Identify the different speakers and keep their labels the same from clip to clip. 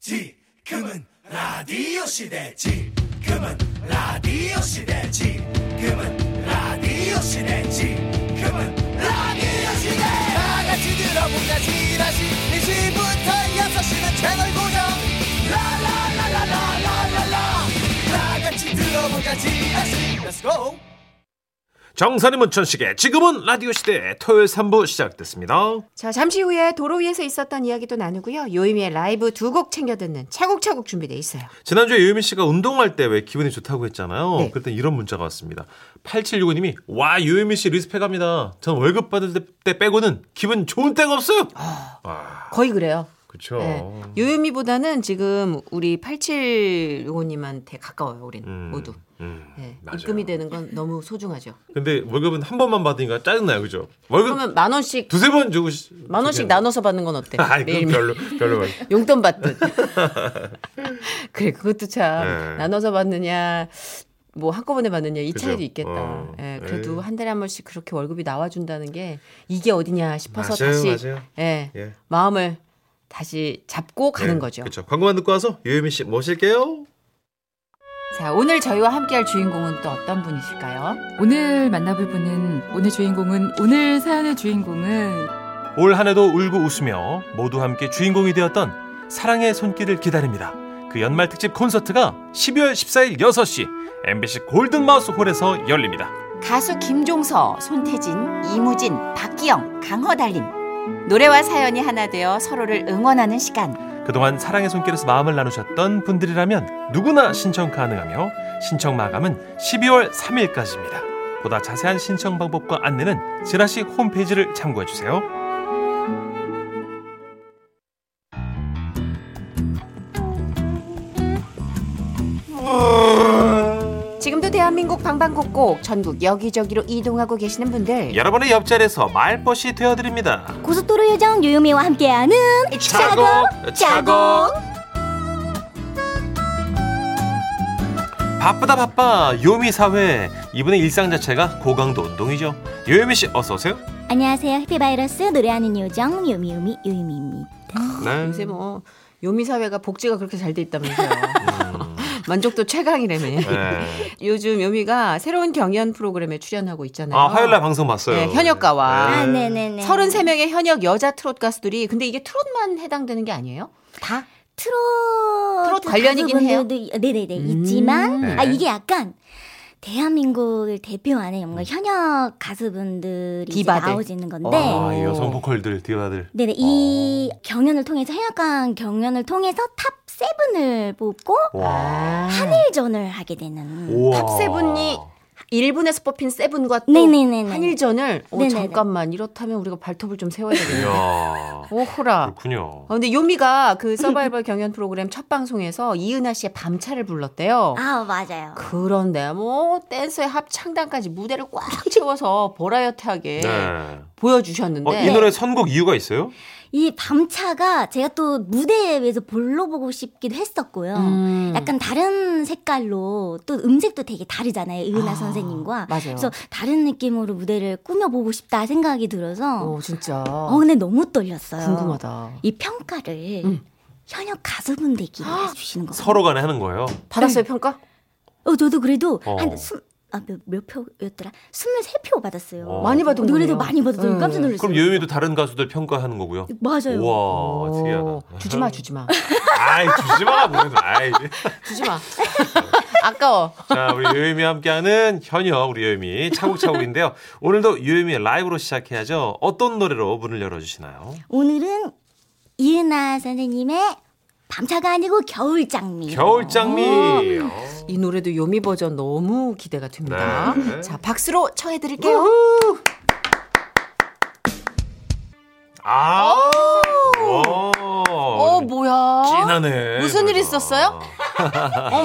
Speaker 1: 지금은 라디오 시대 지금은 라디오 시대 지금은 라디오 시대 지금은 라디오 시대 다 같이 들어보자 지라시 2시부터 6시는 채널 고정 라라라라라라라라 다 같이 들어보자 지라시 Let's go
Speaker 2: 정선이 문천식의 지금은 라디오 시대 토요일 3부 시작됐습니다.
Speaker 3: 자, 잠시 후에 도로 위에서 있었던 이야기도 나누고요. 요이미의 라이브 두 곡 챙겨 듣는 차곡차곡 준비돼 있어요.
Speaker 2: 지난주에 유미 씨가 운동할 때 왜 기분이 좋다고 했잖아요.
Speaker 3: 네.
Speaker 2: 그때 이런 문자가 왔습니다. 8765님이 와 유미 씨 리스펙합니다. 전 월급 받을 때- 때 빼고는 기분 좋은 때가 없어요. 아,
Speaker 3: 거의 그래요.
Speaker 2: 그쵸.
Speaker 3: 네. 요요미보다는 지금 우리 8765님한테 가까워요, 우린 모두.
Speaker 2: 음,
Speaker 3: 네.
Speaker 2: 맞아요.
Speaker 3: 입금이 되는 건 너무 소중하죠.
Speaker 2: 근데 월급은 한 번만 받으니까 짜증나요, 그죠? 월급
Speaker 3: 그러면 만 원씩
Speaker 2: 두세 번 주고 시-
Speaker 3: 만 원씩
Speaker 2: 그냥-
Speaker 3: 나눠서 받는 건 어때?
Speaker 2: 아니
Speaker 3: 매일
Speaker 2: 그건 별로 별로 말-
Speaker 3: 용돈 받듯. 그래 그것도 참
Speaker 2: 네.
Speaker 3: 나눠서 받느냐 뭐 한꺼번에 받느냐 이
Speaker 2: 그죠.
Speaker 3: 차이도 있겠다.
Speaker 2: 어.
Speaker 3: 예, 그래도
Speaker 2: 에이.
Speaker 3: 한 달에 한 번씩 그렇게 월급이 나와준다는 게 이게 어디냐 싶어서
Speaker 2: 맞아요,
Speaker 3: 다시
Speaker 2: 맞아요.
Speaker 3: 예,
Speaker 2: 예.
Speaker 3: 마음을 다시 잡고 가는
Speaker 2: 네,
Speaker 3: 거죠.
Speaker 2: 그쵸. 광고만 듣고 와서 유미 씨 모실게요.
Speaker 3: 자 오늘 저희와 함께할 주인공은 또 어떤 분이실까요?
Speaker 4: 오늘 만나볼 분은 오늘 주인공은 오늘 사연의 주인공은
Speaker 2: 올 한해도 울고 웃으며 모두 함께 주인공이 되었던 사랑의 손길을 기다립니다. 그 연말 특집 콘서트가 12월 14일 6시 MBC 골든마우스 홀에서 열립니다.
Speaker 5: 가수 김종서, 손태진, 이무진, 박기영, 강허달림. 노래와 사연이 하나 되어 서로를 응원하는 시간.
Speaker 2: 그동안 사랑의 손길에서 마음을 나누셨던 분들이라면 누구나 신청 가능하며 신청 마감은 12월 3일까지입니다. 보다 자세한 신청 방법과 안내는 지라시 홈페이지를 참고해 주세요.
Speaker 3: 지금도 대한민국 방방곡곡 전국 여기저기로 이동하고 계시는 분들
Speaker 2: 여러분의 옆자리에서 말벗이 되어드립니다.
Speaker 6: 고속도로 요정 유유미와 함께하는
Speaker 2: 차곡 차곡 바쁘다 바빠 요미 사회 이분의 일상 자체가 고강도 운동이죠 요미 씨 어서 오세요
Speaker 6: 안녕하세요 해피바이러스 노래하는 요정 유미유미 유유미입니다
Speaker 2: 네
Speaker 3: 요새 뭐 요미 사회가 복지가 그렇게 잘 돼 있다면서요. 만족도 최강이라며.
Speaker 2: 음. 네.
Speaker 3: 요즘 요미가 새로운 경연 프로그램에 출연하고 있잖아요.
Speaker 2: 아 화요일 날 방송 봤어요
Speaker 3: 네, 현역가와.
Speaker 6: 아 네네네
Speaker 3: 33명의 현역 여자 트롯 가수들이 근데 이게 트롯만 해당되는 게 아니에요? 다?
Speaker 6: 트롯
Speaker 3: 트롯 관련이긴 해요?
Speaker 6: 가수분들도- 어, 네네네 있지만
Speaker 2: 음.
Speaker 6: 아
Speaker 2: 네.
Speaker 6: 이게 약간 대한민국을 대표하는 뭔가 현역 가수분들이 이제
Speaker 3: 디바들.
Speaker 6: 나오시는 건데
Speaker 2: 아, 이 여성 보컬들 디바들
Speaker 6: 네네 이 경연을 통해서 현역간 경연을 통해서 탑 세븐을 뽑고
Speaker 2: 와
Speaker 6: 한일전을 하게 되는
Speaker 2: 우와.
Speaker 3: 아, 탑세븐이 일본에서 뽑힌 세븐과 또
Speaker 6: 네네네네
Speaker 3: 한일전을 어,
Speaker 6: 네네네.
Speaker 3: 잠깐만 이렇다면 우리가 발톱을 좀 세워야 되겠네.
Speaker 2: 이야
Speaker 3: 오호라.
Speaker 2: 그렇군요
Speaker 3: 어, 근데 요미가 그 서바이벌 경연 프로그램 첫 방송에서 이은하 씨의 밤차를 불렀대요.
Speaker 6: 아 맞아요
Speaker 3: 그런데 뭐 댄서의 합창단까지 무대를 꽉 채워서 버라이어티하게
Speaker 2: 네.
Speaker 3: 보여주셨는데
Speaker 2: 어, 이 노래 선곡 이유가 있어요?
Speaker 6: 이 밤차가 제가 또 무대에 위해서 볼로 보고 싶기도 했었고요.
Speaker 3: 음.
Speaker 6: 약간 다른 색깔로 또 음색도 되게 다르잖아요. 이은하
Speaker 3: 아,
Speaker 6: 선생님과.
Speaker 3: 맞아요.
Speaker 6: 그래서 다른 느낌으로 무대를 꾸며보고 싶다 생각이 들어서
Speaker 3: 어, 진짜
Speaker 6: 어 근데 네. 너무 떨렸어요.
Speaker 3: 궁금하다.
Speaker 6: 이 평가를
Speaker 3: 음.
Speaker 6: 현역 가수분들끼리 해주시는 거.
Speaker 2: 서로 간에 하는 거예요
Speaker 3: 받았어요 평가?
Speaker 6: 어 저도 그래도
Speaker 2: 어.
Speaker 6: 한 스, 아, 몇, 몇 표였더라? 23표 받았어요.
Speaker 2: 어.
Speaker 3: 많이 받은 거예요.
Speaker 6: 노래도 많이 받아서
Speaker 3: 음.
Speaker 6: 깜짝 놀랐어요.
Speaker 2: 그럼 요미도 다른 가수들 평가하는 거고요
Speaker 6: 맞아요.
Speaker 2: 우와
Speaker 3: 네. 오,
Speaker 2: 특이하다
Speaker 3: 주지 마, 주지 마,
Speaker 2: 아이 주지 마 무슨 아이
Speaker 3: 주지 마. 아까워.
Speaker 2: 자 우리 유유미와 함께하는 현역 우리 유유미 차곡차곡인데요 오늘도 유유미의 라이브로 시작해야죠 어떤 노래로 문을 열어주시나요
Speaker 6: 오늘은 이은하 선생님의 밤차가 아니고 겨울장미.
Speaker 2: 겨울장미
Speaker 3: 이 노래도 요미 버전 너무 기대가 됩니다.
Speaker 2: 네.
Speaker 3: 자 박수로 청해드릴게요.
Speaker 2: 아
Speaker 3: 어
Speaker 2: 오.
Speaker 3: 뭐야?
Speaker 2: 진하네
Speaker 3: 무슨 일
Speaker 2: 그래서.
Speaker 3: 있었어요? 어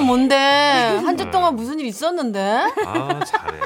Speaker 3: 뭔데? 한 주 동안 무슨 일 있었는데?
Speaker 2: 아 잘해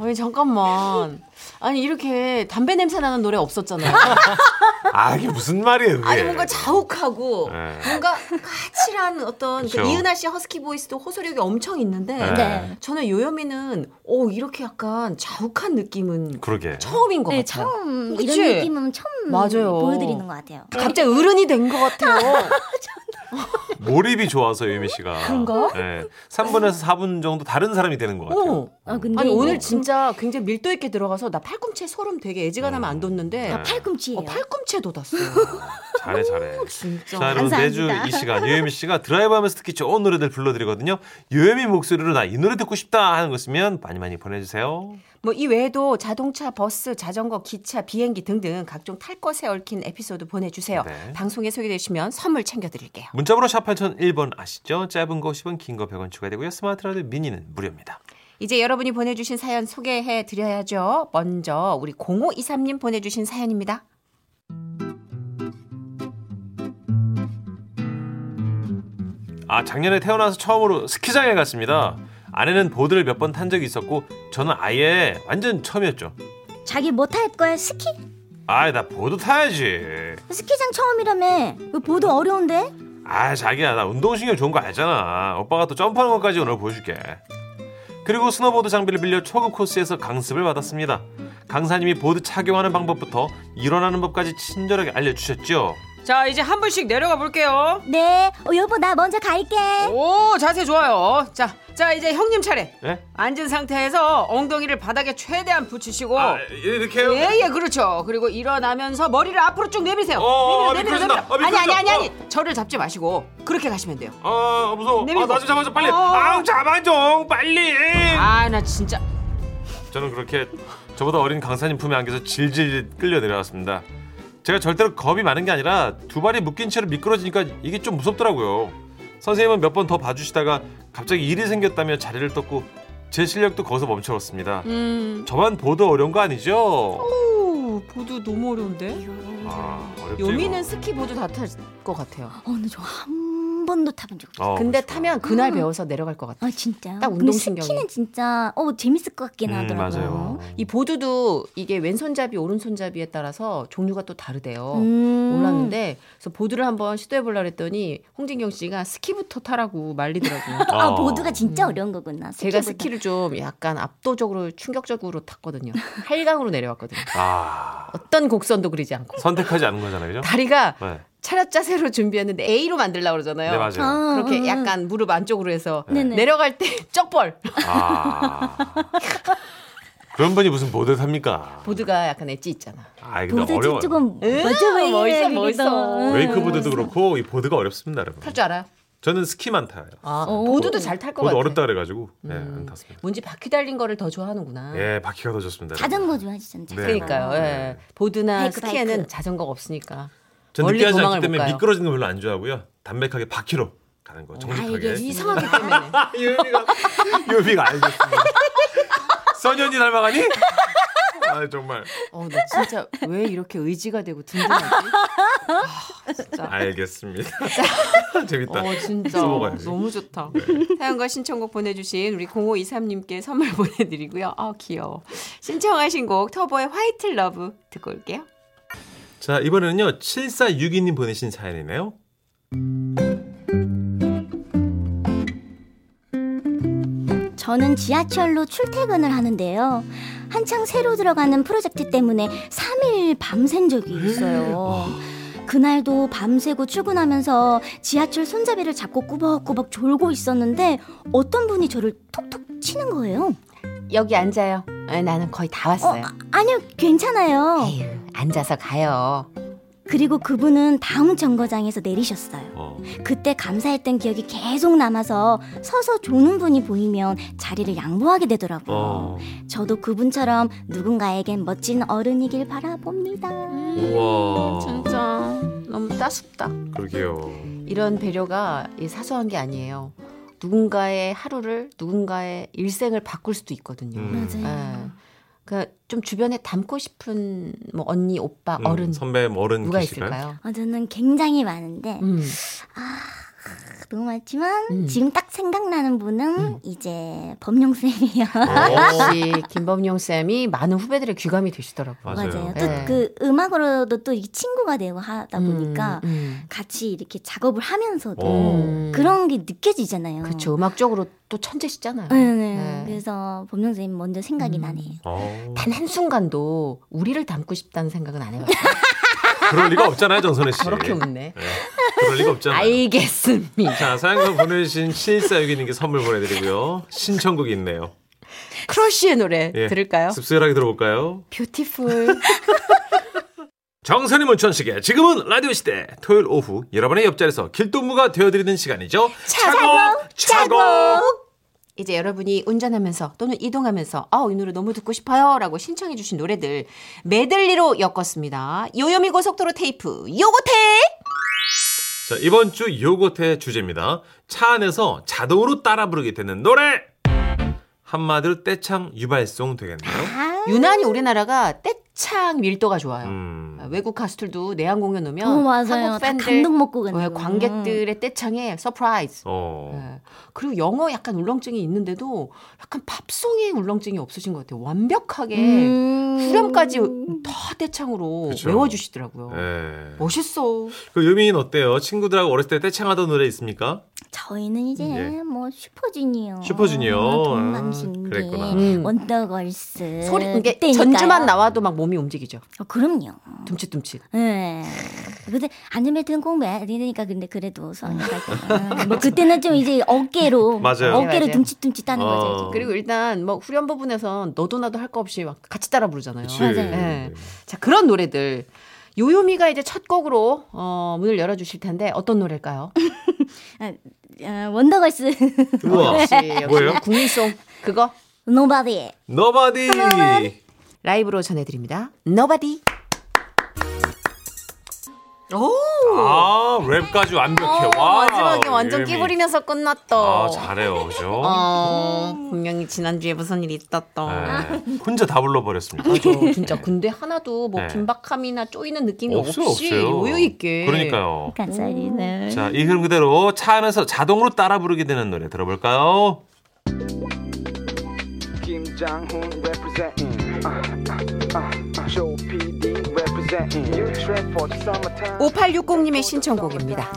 Speaker 3: 아니 잠깐만. 아니 이렇게 담배 냄새 나는 노래 없었잖아요.
Speaker 2: 아 이게 무슨 말이에요 그게
Speaker 3: 아니 뭔가 자욱하고
Speaker 2: 예. 네.
Speaker 3: 뭔가 까칠한 어떤 그
Speaker 2: 그쵸.
Speaker 3: 이은하 씨 허스키 보이스도 호소력이 엄청 있는데
Speaker 2: 네.
Speaker 6: 네.
Speaker 3: 저는 요요미는 오 이렇게 약간 자욱한 느낌은
Speaker 2: 그러게
Speaker 3: 처음인 것
Speaker 6: 네,
Speaker 3: 같아요.
Speaker 6: 처음
Speaker 3: 그치?
Speaker 6: 이런 느낌은 처음
Speaker 3: 맞아요.
Speaker 6: 보여드리는 것 같아요.
Speaker 3: 갑자기 어른이 된 것 같아요.
Speaker 2: 몰입이 좋아서 유미 씨가.
Speaker 3: 그런가?
Speaker 2: 네. 3분에서 4분 정도 다른 사람이 되는 것 같아요.
Speaker 3: 오.
Speaker 6: 아 근데
Speaker 3: 아니 뭐
Speaker 6: 이거
Speaker 3: 오늘 진짜 굉장히 밀도 있게 들어가서 나 팔꿈치에 소름 되게
Speaker 2: 어.
Speaker 3: 애지간하면 안
Speaker 2: 네.
Speaker 3: 돋는데
Speaker 6: 다 팔꿈치예요.
Speaker 3: 어, 팔꿈치에 돋았어.
Speaker 2: 아, 잘해 잘해.
Speaker 3: 진짜.
Speaker 2: 자 여러분 매주
Speaker 6: 감사합니다.
Speaker 2: 이 시간 유혜미 씨가 드라이브하면서 듣기 좋은 노래들 불러드리거든요. 유혜미 목소리로 나 이 노래 듣고 싶다 하는 거 있으면 많이 많이 보내주세요.
Speaker 3: 뭐 이 외에도 자동차, 버스, 자전거, 기차, 비행기 등등 각종 탈 것에 얽힌 에피소드 보내주세요.
Speaker 2: 네.
Speaker 3: 방송에 소개되시면 선물 챙겨드릴게요.
Speaker 2: 문자번호 샵 8001번 아시죠? 짧은 거 10원 긴 거 100원 추가되고요. 스마트 라디오 미니는 무료입니다.
Speaker 3: 이제 여러분이 보내주신 사연 소개해 드려야죠. 먼저 우리 0523님 보내주신 사연입니다.
Speaker 2: 아 작년에 태어나서 처음으로 스키장에 갔습니다. 아내는 보드를 몇 번 탄 적이 있었고 저는 아예 완전 처음이었죠.
Speaker 6: 자기 뭐 탈 거야? 스키?
Speaker 2: 아이 나 보드 타야지.
Speaker 6: 스키장 처음이라며. 이거 보드 어려운데?
Speaker 2: 아 자기야 나 운동신경 좋은 거 알잖아 오빠가 또 점프하는 것까지 오늘 보여줄게 그리고 스노보드 장비를 빌려 초급 코스에서 강습을 받았습니다 강사님이 보드 착용하는 방법부터 일어나는 법까지 친절하게 알려주셨죠
Speaker 3: 자 이제 한 분씩 내려가 볼게요.
Speaker 6: 네. 어, 여보 나 먼저 갈게. 어,
Speaker 3: 오 자세 좋아요. 자, 자 이제 형님 차례.
Speaker 2: 네?
Speaker 3: 앉은 상태에서 엉덩이를 바닥에 최대한 붙이시고
Speaker 2: 아, 이렇게요?
Speaker 3: 어. 예예 그렇죠. 그리고 일어나면서 머리를 앞으로 쭉 내미세요.
Speaker 2: 어,
Speaker 3: 내밀어 내밀어
Speaker 2: 미끄러진다. 아,
Speaker 3: 내밀어. 아니 아니
Speaker 2: 미끄러진다.
Speaker 3: 아니 아니 저를 잡지 마시고 그렇게 가시면 돼요.
Speaker 2: 아 무서워
Speaker 3: 내밀고.
Speaker 2: 나좀 잡아줘 빨리
Speaker 3: 어.
Speaker 2: 아우 잡아줘 빨리
Speaker 3: 아 나 진짜
Speaker 2: 저는 그렇게 저보다 어린 강사님 품에 안겨서 질질 끌려 내려왔습니다 제가 절대로 겁이 많은 게 아니라 두 발이 묶인 채로 미끄러지니까 이게 좀 무섭더라고요. 선생님은 몇 번 더 봐주시다가 갑자기 일이 생겼다며 자리를 떴고 제 실력도 거기서 멈춰왔습니다.
Speaker 3: 음
Speaker 2: 저만 보드 어려운 거 아니죠?
Speaker 3: 오, 보드 너무 어려운데.
Speaker 2: 아, 어렵지.
Speaker 3: 요미는
Speaker 2: 이거.
Speaker 3: 스키보드 다 탈 것 같아요.
Speaker 6: 어, 근데 저한 번도 타본 적 없어.
Speaker 2: 어,
Speaker 3: 근데
Speaker 2: 그렇구나.
Speaker 3: 타면 그날 배워서 내려갈 것 같아.
Speaker 6: 아 진짜.
Speaker 3: 딱
Speaker 6: 근데
Speaker 3: 운동신경이.
Speaker 6: 스키는 진짜 어 재밌을 것 같긴
Speaker 2: 음,
Speaker 6: 하더라고요.
Speaker 2: 맞아요.
Speaker 3: 이 보드도 이게 왼손잡이 오른손잡이에 따라서 종류가 또 다르대요.
Speaker 6: 음.
Speaker 3: 몰랐는데 그래서 보드를 한번 시도해 보려 했더니 홍진경 씨가 스키부터 타라고 말리더라고요.
Speaker 6: 아
Speaker 2: 어.
Speaker 6: 보드가 진짜 어려운 거구나.
Speaker 3: 음. 제가
Speaker 6: 스키보다.
Speaker 3: 스키를 좀 약간 압도적으로 충격적으로 탔거든요. 한강으로 내려왔거든요.
Speaker 2: 아,
Speaker 3: 어떤 곡선도 그리지 않고
Speaker 2: 선택하지 않은 거잖아요, 그죠?
Speaker 3: 다리가
Speaker 2: 네,
Speaker 3: 차렷 자세로 준비했는데 A로 만들려고 그러잖아요.
Speaker 2: 네 맞아요.
Speaker 6: 아,
Speaker 3: 그렇게
Speaker 6: 음.
Speaker 3: 약간 무릎 안쪽으로 해서
Speaker 6: 네네.
Speaker 3: 내려갈 때 쩍벌
Speaker 2: 아. 그런 분이 무슨 보드 탑니까?
Speaker 3: 보드가 약간 엣지 있잖아.
Speaker 2: 아, 근데
Speaker 6: 보드
Speaker 2: 어려워. 요
Speaker 6: 조금 멋져 보이긴
Speaker 3: 음, 멋있어,
Speaker 6: 해,
Speaker 3: 멋있어.
Speaker 6: 그래도.
Speaker 2: 음.
Speaker 3: 음.
Speaker 2: 웨이크보드도 그렇고 이 보드가 어렵습니다, 여러분.
Speaker 3: 탈 줄 알아요?
Speaker 2: 저는 스키만 타요.
Speaker 3: 아,
Speaker 6: 오.
Speaker 3: 보드도 잘 탈 것
Speaker 2: 보드
Speaker 3: 같아. 음.
Speaker 2: 어렵다 그래가지고 네, 안 탔습니다.
Speaker 3: 뭔지 바퀴 달린 거를 더 좋아하는구나.
Speaker 2: 예, 바퀴가 더 좋습니다.
Speaker 6: 자전거 좋아하시잖아요.
Speaker 2: 네.
Speaker 3: 그러니까요. 예. 보드나
Speaker 6: 바이크,
Speaker 3: 스키에는
Speaker 6: 바이크.
Speaker 3: 자전거가 없으니까.
Speaker 2: 전
Speaker 3: 멀리
Speaker 2: 느끼하지 않기
Speaker 3: 도망을 못
Speaker 2: 때문에
Speaker 3: 가요.
Speaker 2: 미끄러지는 거 별로 안 좋아하고요. 담백하게 바퀴로 가는 거
Speaker 6: 아,
Speaker 2: 정직하게.
Speaker 3: 아,
Speaker 2: 아,
Speaker 3: 이상하게 때문에.
Speaker 2: 유비가 유비가 알겠습니다. 선현이 닮아가니? 아 정말
Speaker 3: 어, 나 진짜 왜 이렇게 의지가 되고 든든하지?
Speaker 2: 알겠습니다. 재밌다.
Speaker 3: 어, 진짜
Speaker 2: 써먹어야지. 네.
Speaker 3: 너무 좋다. 사연과 신청곡 보내주신 우리 0523님께 선물 보내드리고요. 아 귀여워. 신청하신 곡 터보의 화이트 러브 듣고 올게요.
Speaker 2: 자 이번에는요 7462님 보내신 사연이네요.
Speaker 6: 저는 지하철로 출퇴근을 하는데요. 한창 새로 들어가는 프로젝트 때문에 3일 밤샌 적이
Speaker 2: 네.
Speaker 6: 있어요. 그날도 밤새고 출근하면서 지하철 손잡이를 잡고 꾸벅꾸벅 졸고 있었는데 어떤 분이 저를 톡톡 치는 거예요.
Speaker 3: 여기 앉아요. 아, 나는 거의 다
Speaker 6: 어,
Speaker 3: 왔어요.
Speaker 6: 아니요, 괜찮아요.
Speaker 3: 에휴, 앉아서 가요.
Speaker 6: 그리고 그분은 다음 정거장에서 내리셨어요.
Speaker 2: 어.
Speaker 6: 그때 감사했던 기억이 계속 남아서 서서 조는 분이 보이면 자리를 양보하게 되더라고요.
Speaker 2: 어.
Speaker 6: 저도 그분처럼 누군가에겐 멋진 어른이길 바라봅니다.
Speaker 2: 음.
Speaker 3: 음,
Speaker 2: 우와.
Speaker 3: 진짜 너무 따숩다.
Speaker 2: 그러게요.
Speaker 3: 이런 배려가 이 사소한 게 아니에요. 누군가의 하루를 누군가의 일생을 바꿀 수도 있거든요.
Speaker 2: 음.
Speaker 3: 예. 그러니까 좀 주변에 닮고 싶은 뭐 언니, 오빠,
Speaker 2: 음,
Speaker 3: 어른
Speaker 2: 선배 뭐 어른
Speaker 3: 누가
Speaker 2: 계실까요?
Speaker 3: 있을까요?
Speaker 6: 어, 저는 굉장히 많은데
Speaker 3: 음.
Speaker 6: 너무 많지만
Speaker 3: 음.
Speaker 6: 지금 딱 생각나는 분은 이제 범용 쌤이에요.
Speaker 2: 어.
Speaker 3: 역시 김범용 쌤이 많은 후배들의 귀감이 되시더라고요.
Speaker 2: 맞아요.
Speaker 3: 네.
Speaker 6: 또 그 음악으로도 또 이 친구가 되고
Speaker 2: 아,
Speaker 6: 하다 보니까
Speaker 3: 음,
Speaker 6: 같이 이렇게 작업을 하면서도
Speaker 2: 어.
Speaker 3: 음.
Speaker 6: 그런 게 느껴지잖아요.
Speaker 3: 그렇죠. 음악적으로 또 천재시잖아요.
Speaker 6: 네, 네.
Speaker 3: 네. 음.
Speaker 6: 그래서 범용 쌤 먼저 생각이 나네요.
Speaker 2: 어.
Speaker 3: 단 한 순간도 우리를 닮고 싶다는 생각은 안 해봤어요.
Speaker 2: 그럴 리가 없잖아요, 정선혜 씨.
Speaker 3: 저렇게 웃네.
Speaker 2: 네. 그럴 리가 없잖아요.
Speaker 5: 알겠습니다.
Speaker 2: 자, 사연과 보내주신 7462님께 선물 보내드리고요. 신청곡이 있네요.
Speaker 3: 크러쉬의 노래
Speaker 2: 예.
Speaker 3: 들을까요?
Speaker 2: 씁쓸하게 들어볼까요?
Speaker 3: 뷰티풀.
Speaker 2: 정선이 문천식의 지금은 라디오 시대 토요일 오후 여러분의 옆자리에서 길동무가 되어드리는 시간이죠. 차고 차고
Speaker 3: 이제 여러분이 운전하면서 또는 이동하면서 아, 이 노래 너무 듣고 싶어요. 라고 신청해 주신 노래들 메들리로 엮었습니다. 요요미 고속도로 테이프 요거테
Speaker 2: 자, 이번 주 요거트의 주제입니다. 차 안에서 자동으로 따라 부르게 되는 노래. 한마디로 떼창 유발송 되겠네요.
Speaker 3: 유난히 우리나라가 떼창 밀도가 좋아요.
Speaker 2: 음.
Speaker 3: 외국 가수들도 내한 공연 오면
Speaker 6: 어, 맞아요.
Speaker 3: 한국
Speaker 6: 다
Speaker 3: 팬들
Speaker 6: 감동 먹고 가는
Speaker 3: 어,
Speaker 6: 거예요.
Speaker 3: 관객들의 떼창에 서프라이즈.
Speaker 2: 어.
Speaker 3: 예. 그리고 영어 약간 울렁증이 있는데도 약간 팝송에 울렁증이 없으신 것 같아요. 완벽하게
Speaker 6: 음.
Speaker 3: 후렴까지 다 떼창으로
Speaker 2: 그쵸.
Speaker 3: 외워주시더라고요.
Speaker 2: 예.
Speaker 3: 멋있어.
Speaker 2: 그 유민이는 어때요? 친구들하고 어렸을 때 떼창하던 노래 있습니까?
Speaker 6: 저희는 이제
Speaker 3: 음,
Speaker 2: 예.
Speaker 6: 뭐 슈퍼주니어,
Speaker 2: 슈퍼주니어.
Speaker 6: 동방신기,
Speaker 2: 아, 그랬구나.
Speaker 3: 음.
Speaker 6: 원더걸스
Speaker 3: 소리 이게
Speaker 6: 그때니까요.
Speaker 3: 전주만 나와도 막 몸이 움직이죠.
Speaker 6: 어, 그럼요.
Speaker 3: 둠칫둠칫.
Speaker 6: 예. 근데 아니면 등공 매니까 근데 그래도 수학여갈 때는 뭐 그때는 좀 이제 어깨로
Speaker 2: 맞아요.
Speaker 6: 어깨로
Speaker 3: 맞아요.
Speaker 6: 둠칫둠칫 따는 거죠.
Speaker 2: 어.
Speaker 6: 이제.
Speaker 3: 그리고 일단 뭐 후렴 부분에선 너도 나도 할 거 없이 막 같이 따라 부르잖아요.
Speaker 2: 그치. 네.
Speaker 6: 맞아요.
Speaker 3: 예. 자 그런 노래들 요요미가 이제 첫 곡으로 어, 문을 열어주실 텐데 어떤 노래일까요?
Speaker 6: 아, 원더걸스
Speaker 2: 예. 우와.
Speaker 3: 역시, 역시
Speaker 2: 뭐예요?
Speaker 3: 국민송 그거
Speaker 6: 노바디.
Speaker 3: 음.
Speaker 2: Nobody.
Speaker 3: 라이브로 전해드립니다. Nobody.
Speaker 2: 아, 랩까지 완벽해. 와.
Speaker 3: 어, 마지막에 완전
Speaker 2: 유미.
Speaker 3: 끼부리면서 끝났다.
Speaker 2: 아, 잘해요. 그죠?
Speaker 3: 어, 분명히 지난주에 무슨 일이 있었다.
Speaker 2: 예. 혼자 다 불러버렸습니다.
Speaker 3: 맞아, 진짜 근데 하나도 뭐
Speaker 2: 네.
Speaker 3: 긴박함이나 쪼이는 느낌이
Speaker 2: 없어요,
Speaker 3: 없이
Speaker 2: 없어요.
Speaker 3: 여유 있게.
Speaker 2: 그러니까요.
Speaker 6: 감사합니다.
Speaker 2: 자, 이 흐름 그대로 차 안에서 자동으로 따라 부르게 되는 노래 들어볼까요?
Speaker 7: 김장훈 representing uh, uh, uh, uh, Joe PD representing You trap for the summertime
Speaker 3: 5860님의 신청곡입니다.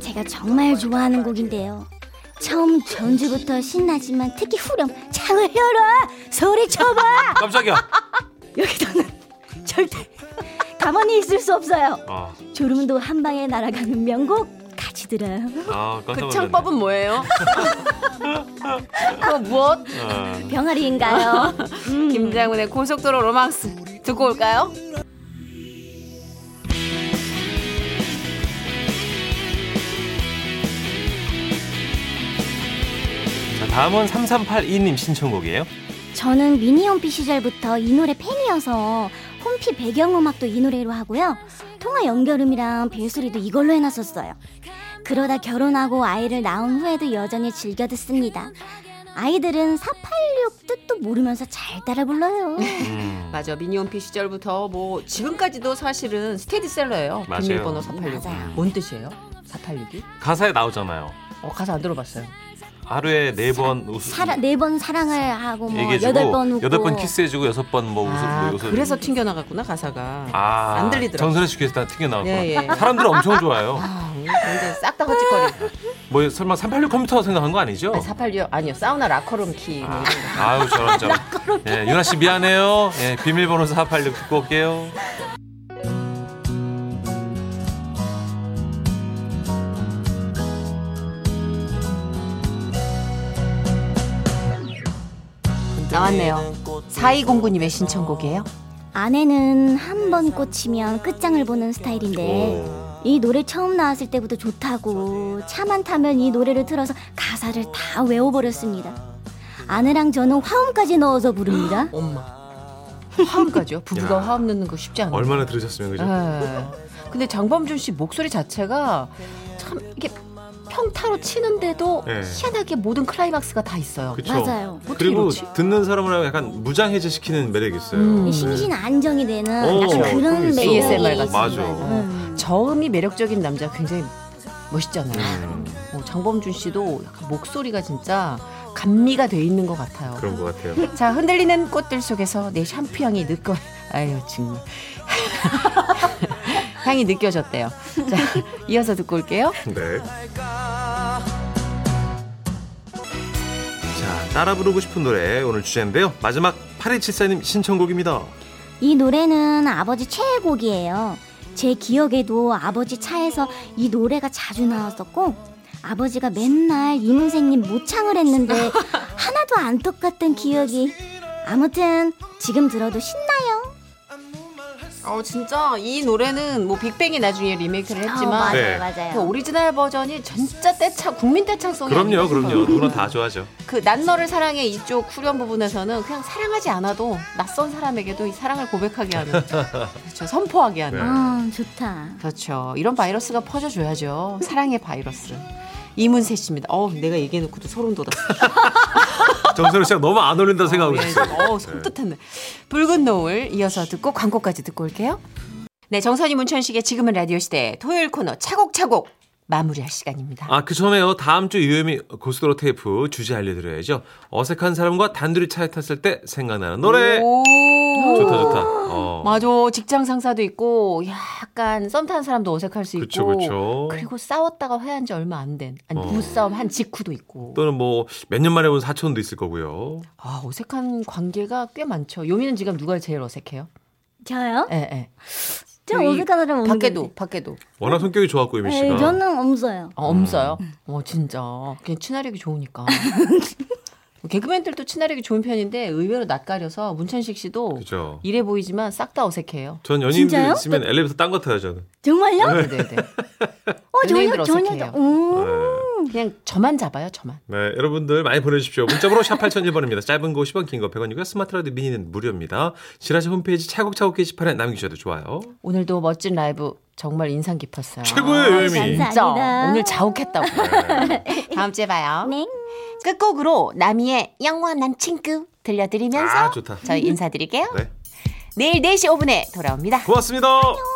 Speaker 6: 제가 정말 좋아하는 곡인데요. 처음 전주부터 신나지만 특히 후렴 창을 열어 소리 쳐봐
Speaker 2: 깜짝이야.
Speaker 6: 여기서는 절대 가만히 있을 수 없어요.
Speaker 2: 아,
Speaker 6: 졸음도 한 방에 날아가는 명곡 같이 들어요.
Speaker 2: 아 깜짝
Speaker 3: 그
Speaker 2: 놀랐네.
Speaker 3: 창법은 뭐예요? 그거 무엇?
Speaker 2: 아,
Speaker 6: 병아리인가요?
Speaker 3: 음. 김장훈의 고속도로 로망스 듣고 올까요?
Speaker 2: 자, 다음은 3382님 신청곡이에요.
Speaker 6: 저는 미니홈피 시절부터 이 노래 팬이어서 홈피 배경음악도 이 노래로 하고요. 통화 연결음이랑 벨소리도 이걸로 해놨었어요. 그러다 결혼하고 아이를 낳은 후에도 여전히 즐겨 듣습니다. 아이들은 486 뜻도 모르면서 잘 따라 불러요.
Speaker 2: 음,
Speaker 3: 맞아 미니홈피 시절부터 뭐 지금까지도 사실은 스테디셀러예요.
Speaker 2: 맞아요.
Speaker 3: 비밀번호 486. 뭔 뜻이에요? 486이?
Speaker 2: 가사에 나오잖아요.
Speaker 3: 어 가사 안 들어봤어요.
Speaker 2: 하루에 네 번 웃음
Speaker 6: 사랑 네번 사랑을 하고 뭐
Speaker 2: 얘기해주고
Speaker 6: 여덟 번 웃고
Speaker 2: 여덟 번 키스해주고 여섯 번뭐 웃음
Speaker 3: 아
Speaker 2: 뭐 웃음.
Speaker 3: 그래서 튕겨 나갔구나 가사가.
Speaker 2: 아,
Speaker 3: 안 들리더라고요.
Speaker 2: 정선혜 씨 귀에서 다 튕겨 나왔구나.
Speaker 3: 예, 예.
Speaker 2: 사람들 엄청 좋아요.
Speaker 3: 아, 완전 싹다 허짓거리.
Speaker 2: 뭐 설마 386 컴퓨터 생각한 거 아니죠?
Speaker 3: 아, 486 아니요 사우나 라커룸 키. 뭐 이런 거.
Speaker 2: 아유 저런 저런. 예, 유나 씨 미안해요. 예, 비밀번호 486 듣고 올게요.
Speaker 3: 나왔네요. 4209님의 신청곡이에요.
Speaker 6: 아내는 한 번 꽂히면 끝장을 보는 스타일인데 이 노래 처음 나왔을 때부터 좋다고 차만 타면 이 노래를 틀어서 가사를 다 외워버렸습니다. 아내랑 저는 화음까지 넣어서 부릅니다.
Speaker 3: 엄마. 화음까지요? 부부가
Speaker 2: 야.
Speaker 3: 화음 넣는 거 쉽지 않아요.
Speaker 2: 얼마나 들으셨으면 그죠?
Speaker 3: 예. 근데 장범준 씨 목소리 자체가 참 이게 평타로 치는데도
Speaker 2: 예.
Speaker 3: 희한하게 모든 클라이막스가 다 있어요.
Speaker 2: 그쵸.
Speaker 6: 맞아요.
Speaker 3: 어떻게
Speaker 2: 그리고
Speaker 3: 이러지?
Speaker 2: 듣는 사람을 약간 무장해제 시키는 매력이 있어요.
Speaker 3: 음.
Speaker 6: 이
Speaker 2: 네.
Speaker 6: 심신 안정이 되는
Speaker 2: 어,
Speaker 6: 약간
Speaker 2: 그런 게
Speaker 6: 그런
Speaker 2: 있어.
Speaker 6: 매력이
Speaker 3: ASMR
Speaker 6: 있어요.
Speaker 3: 같은
Speaker 2: 맞아.
Speaker 6: 음.
Speaker 3: 저음이 매력적인 남자 굉장히 멋있잖아요.
Speaker 2: 음,
Speaker 3: 어, 장범준 씨도 약간 목소리가 진짜 감미가 돼 있는 것 같아요.
Speaker 2: 그런 것 같아요.
Speaker 3: 자 흔들리는 꽃들 속에서 내 샴푸 향이 느껴 아유 정말 향이 느껴졌대요. 자 이어서 듣고 올게요.
Speaker 2: 네. 자, 따라 부르고 싶은 노래 오늘 주제인데요. 마지막 8274님 신청곡입니다.
Speaker 6: 이 노래는 아버지 최애곡이에요. 제 기억에도 아버지 차에서 이 노래가 자주 나왔었고 아버지가 맨날 이문세님 모창을 했는데 하나도 안 똑같던 기억이 아무튼 지금 들어도 신나요.
Speaker 3: 어 진짜 이 노래는 뭐 빅뱅이 나중에 리메이크를 했지만
Speaker 6: 어, 맞아요,
Speaker 2: 네.
Speaker 3: 그
Speaker 6: 맞아요.
Speaker 3: 오리지널 버전이 진짜 떼창 국민 떼창송이
Speaker 2: 그럼요,
Speaker 3: 아니겠어요?
Speaker 2: 그럼요. 누구나 다 좋아하죠.
Speaker 3: 그난 너를 사랑해 이쪽 후렴 부분에서는 그냥 사랑하지 않아도 낯선 사람에게도 이 사랑을 고백하게 하는 그렇죠 선포하게 하는
Speaker 2: 네.
Speaker 6: 아 좋다.
Speaker 3: 그렇죠 이런 바이러스가 퍼져줘야죠 사랑의 바이러스 이문세 씨입니다 어 내가 얘기해놓고도 소름 돋았어
Speaker 2: 정선우 씨랑 너무 안 어울린다 생각하고 있어요.
Speaker 3: 어 손뜻했네 붉은 노을 이어서 듣고 광고까지 듣고 올게요 네 정선이 문천식의 지금은 라디오 시대 토요일 코너 차곡차곡 마무리할 시간입니다
Speaker 2: 아, 그 전에요. 다음 주 유엠이 고스도로 테이프 주제 알려드려야죠. 어색한 사람과 단둘이 차에 탔을 때 생각나는 노래.
Speaker 3: 오
Speaker 2: 좋다, 좋다. 어.
Speaker 3: 맞아. 직장 상사도 있고 약간 썸 타는 사람도 어색할 수
Speaker 2: 그쵸,
Speaker 3: 있고.
Speaker 2: 그쵸.
Speaker 3: 리고 싸웠다가 회한 지 얼마 안 된. 아니
Speaker 2: 어.
Speaker 3: 부싸움 한 직후도 있고.
Speaker 2: 또는 뭐 몇 년 만에 본 사촌도 있을 거고요.
Speaker 3: 아, 어색한 관계가 꽤 많죠. 요미는 지금 누가 제일 어색해요?
Speaker 6: 저요?
Speaker 3: 예, 예.
Speaker 6: 저
Speaker 3: 저희
Speaker 6: 어색한
Speaker 2: 음.
Speaker 6: 사람 없는데.
Speaker 3: 밖에도 밖에도.
Speaker 2: 워낙 성격이 좋았고, 이미
Speaker 6: 에이,
Speaker 2: 씨가.
Speaker 6: 네, 저는 없어요.
Speaker 3: 어, 없어요.
Speaker 2: 음.
Speaker 3: 어, 진짜. 그냥 친화력이 좋으니까. 개그맨들도 친화력이 좋은 편인데 의외로 낯가려서 문천식 씨도
Speaker 2: 그죠.
Speaker 3: 이래 보이지만 싹 다 어색해요.
Speaker 2: 전 연인들
Speaker 6: 진짜요?
Speaker 2: 있으면 엘리베이터 딴 거 타요, 저는.
Speaker 6: 정말요?
Speaker 3: 네, 네, 네.
Speaker 6: 어
Speaker 3: 연예인들
Speaker 6: 전혀
Speaker 3: 어색해요.
Speaker 6: 전혀. 오.
Speaker 3: 그냥 저만 잡아요, 저만.
Speaker 2: 네, 여러분들 많이 보내주십시오. 문자번호 샵 8001번입니다. 짧은 거 50원, 긴 거 100원이고요. 스마트라디오 미니는 무료입니다. 지라시 홈페이지 차곡차곡 게시판에 남기셔도 좋아요.
Speaker 3: 오늘도 멋진 라이브 정말 인상 깊었어요.
Speaker 2: 최고예요, 유엠이.
Speaker 6: 아, 감사합니다.
Speaker 3: 진짜 오늘 자욱했다고. 다음 주에 봐요.
Speaker 6: 네.
Speaker 5: 끝곡으로 나미의 영원한 친구 들려드리면서
Speaker 2: 아, 좋다.
Speaker 5: 저희 인사드릴게요.
Speaker 2: 네.
Speaker 5: 내일 4시 5분에 돌아옵니다.
Speaker 2: 고맙습니다.